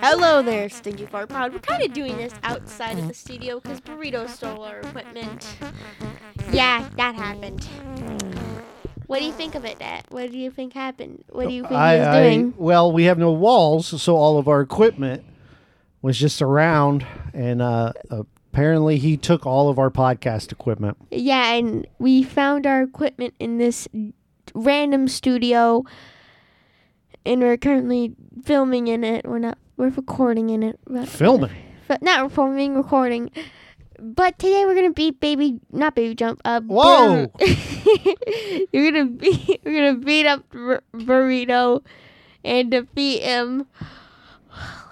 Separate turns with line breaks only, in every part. Hello there, Stinky Fart Pod. We're kind of doing this outside of the studio because Burrito stole our equipment. Yeah, that happened. What do you think of it, Dad? What do you think happened? What do you think he was
I,
doing?
well, we have no walls, so all of our equipment was just around, and uh, apparently he took all of our podcast equipment.
Yeah, and we found our equipment in this random studio, and we're currently filming in it. We're not. We're recording in it. but-
Filming.
but not filming, recording. But today we're gonna beat baby, not baby jump. Uh,
Whoa.
Bur- you're gonna beat, we're gonna beat up Bur- burrito, and defeat him.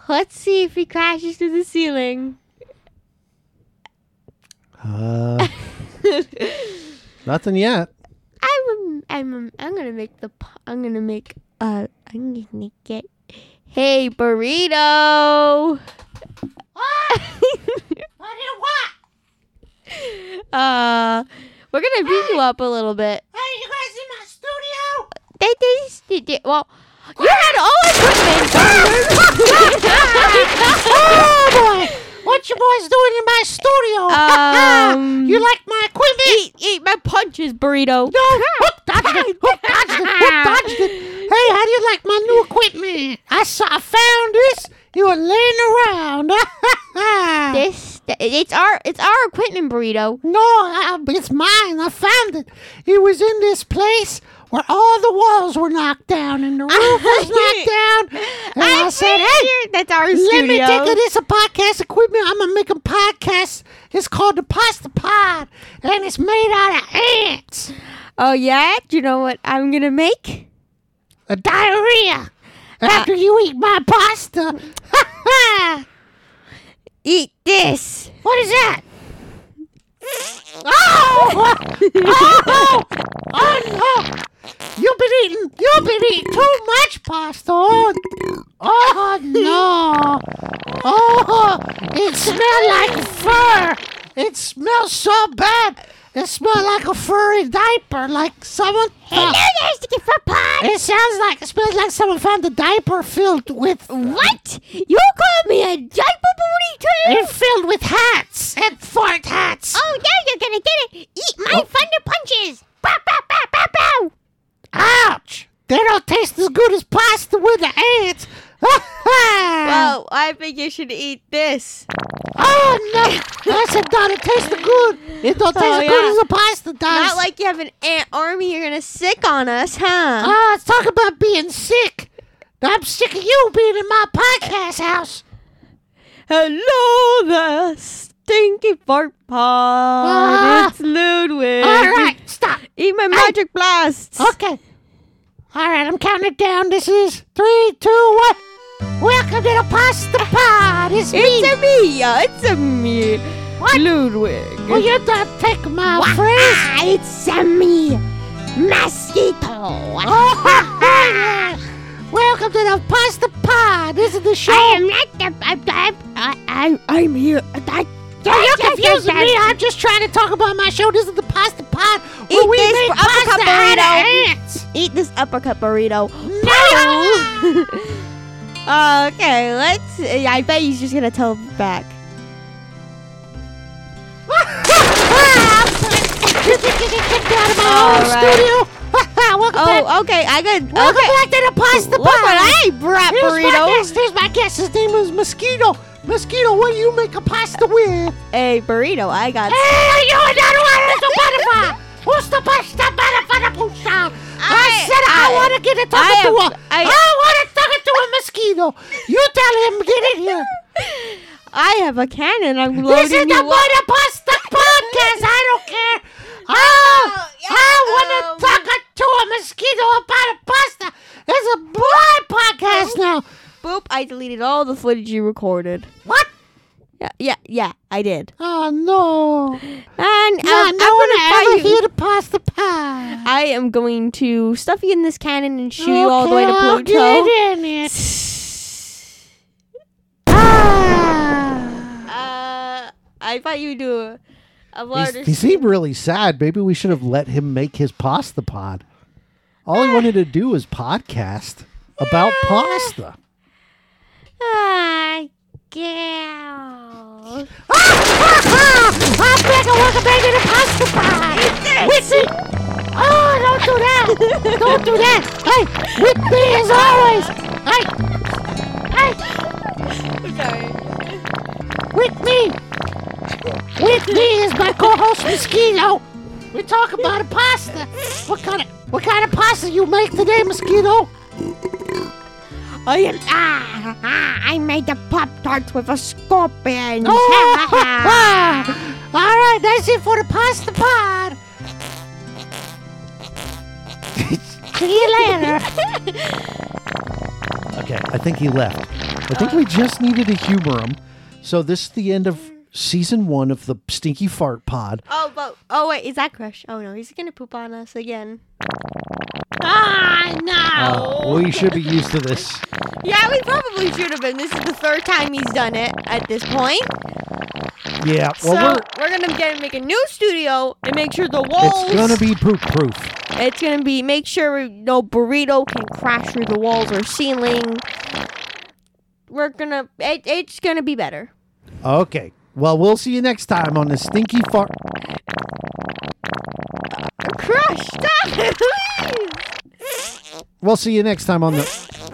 Let's see if he crashes to the ceiling.
Uh, nothing yet.
I'm, I'm, I'm gonna make the, p- I'm gonna make, uh, I'm gonna get, hey burrito.
I did what?
uh, we're gonna beat you up a little bit.
Hey, you guys in my studio?
They just did it. Well, you had all equipment. oh
What you boys doing in my studio?
Um,
you like my equipment?
Eat, eat my punches, burrito.
No, whoop, dodged it, whoop, dodged it, whoop, dodged it. Hey, how do you like my new equipment? I saw, I found this. You were laying around.
This, it's our, it's our equipment, burrito.
no, I, it's mine. I found it. It was in this place where all the walls were knocked down and the roof was knocked down. And I, said, hey,
figured that's our
Let me
studio.
take it. It's a podcast equipment. I'm gonna make a podcast. It's called the Pasta Pod, and it's made out of ants,
oh yeah, do you know what I'm gonna make?
a diarrhea. After you eat my pasta,
Eat this.
what is that? Oh! oh! Oh no! You've been eating. You've been eating too much pasta. Oh, oh no! Oh, it smells like fur. It smells so bad. It smells like a furry diaper, like someone. found-
there's the gift for pod.
it sounds like it smells like someone found a diaper filled with
What? You called me a diaper burrito?
and filled with hats and fart hats.
Oh, now you're gonna get it! Eat my thunder punches! Bow, bow, bow, bow, bow.
Ouch! They don't taste as good as pasta with the ants.
Well, I think you should eat this.
Oh no! I said, "Don't it taste good? It don't taste
Oh,
as good
yeah.
as a pasta does."
Not like you have an ant army you're gonna sick on us, huh?
Ah, let's talk about being sick. I'm sick of you being in my podcast house.
Hello there, Stinky Fart Pod.
Ah.
It's Ludwig.
All right, stop.
Eat my magic blasts.
Okay. All right, I'm counting it down. This is three, two, one. Welcome to the Pasta Pod. It's me.
It's a me. uh, It's a me. Ludwig.
Will you don't take my phrase?
Ah, it's a me. Mosquito.
Welcome to the Pasta Pod. This is the show.
I am not the. I'm. I'm. I, I'm, I'm here. I,
Yeah, you're confusing me. I'm just trying to talk about my show. This is the Pasta Pod where
Eat
we
this
make
for uppercut
pasta out of
burrito.
ants.
Eat this uppercut burrito. Ah.
No!
okay, let's. I bet he's just gonna tell back.
you think you can kick me out of my
All
own
right.
studio? Welcome back.
Oh, okay. I got.
Welcome
okay.
back to the Pasta
Look what
Pod.
I brought,
Here's my
burrito.
guest. Here's my guest. His name is Mosquito. Mosquito, what do you make a pasta with?
Hey, burrito. I got.
Hey, you another one is a butterfly. Who's the best the butterfly pusa? I
I-
said I,
I-
want to get it
I
talking to
am-
a. I,
I-
want to talk it to a mosquito. You tell him get in here.
I have a cannon. I'm loading
This is the
you up.
Butter Pasta podcast. I don't care. I, I want to
um,
talk it to a mosquito about a pasta. It's a blind podcast now.
Boop! I deleted all the footage you recorded.
What?
Yeah, yeah, yeah. I did.
Oh no!
And
Yeah,
um,
no
I'm
one
gonna
ever
fight you.
hear the pasta pie.
I am going to stuff you in this cannon and shoot you all the way to
Okay, I'll
Pluto.
Get in it.
Uh, I thought you would do a, a
He's-
larger.
he seemed really sad. Maybe we should have let him make his pasta pod. All
Ah.
he wanted to do was podcast about pasta.
Ah, gal.
I'm back and welcome back to the pasta pie. Whitney. Oh, don't do that. don't do that. Hey, Whitney as always. Hey,
Sorry.
Whitney. Whitney is my co-host Mosquito. We're talking about a pasta. What kind of what kind of pasta you make today, Mosquito?
Oh,
I am. Ah, ah, I made the Pop Tarts with a scorpion.
All right, that's it for the pasta pod. See you later.
Okay, I think he left. I think we just needed to humor him. So this is the end of season one of the Stinky Fart Pod.
Oh, but oh wait, is that crush? Oh no, he's gonna poop on us again.
Ah, no.
Uh, we should be used to this.
Yeah, we probably should have been. This is the third time he's done it at this point.
Yeah, well,
so we're, gonna get make a new studio and make sure the
we're,
walls.
it's gonna be poop proof.
It's gonna be make sure no burrito can crash through the walls or ceiling. We're gonna. It, it's gonna be better.
Okay. Well, we'll see you next time on the Stinky Fart.
Crush, stop it, please.
We'll see you next time on the.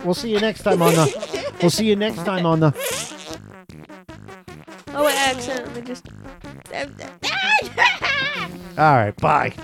We'll see you next time on the. We'll see you next time on the.
Oh, wait, I accidentally just. Ah!
All right. Bye.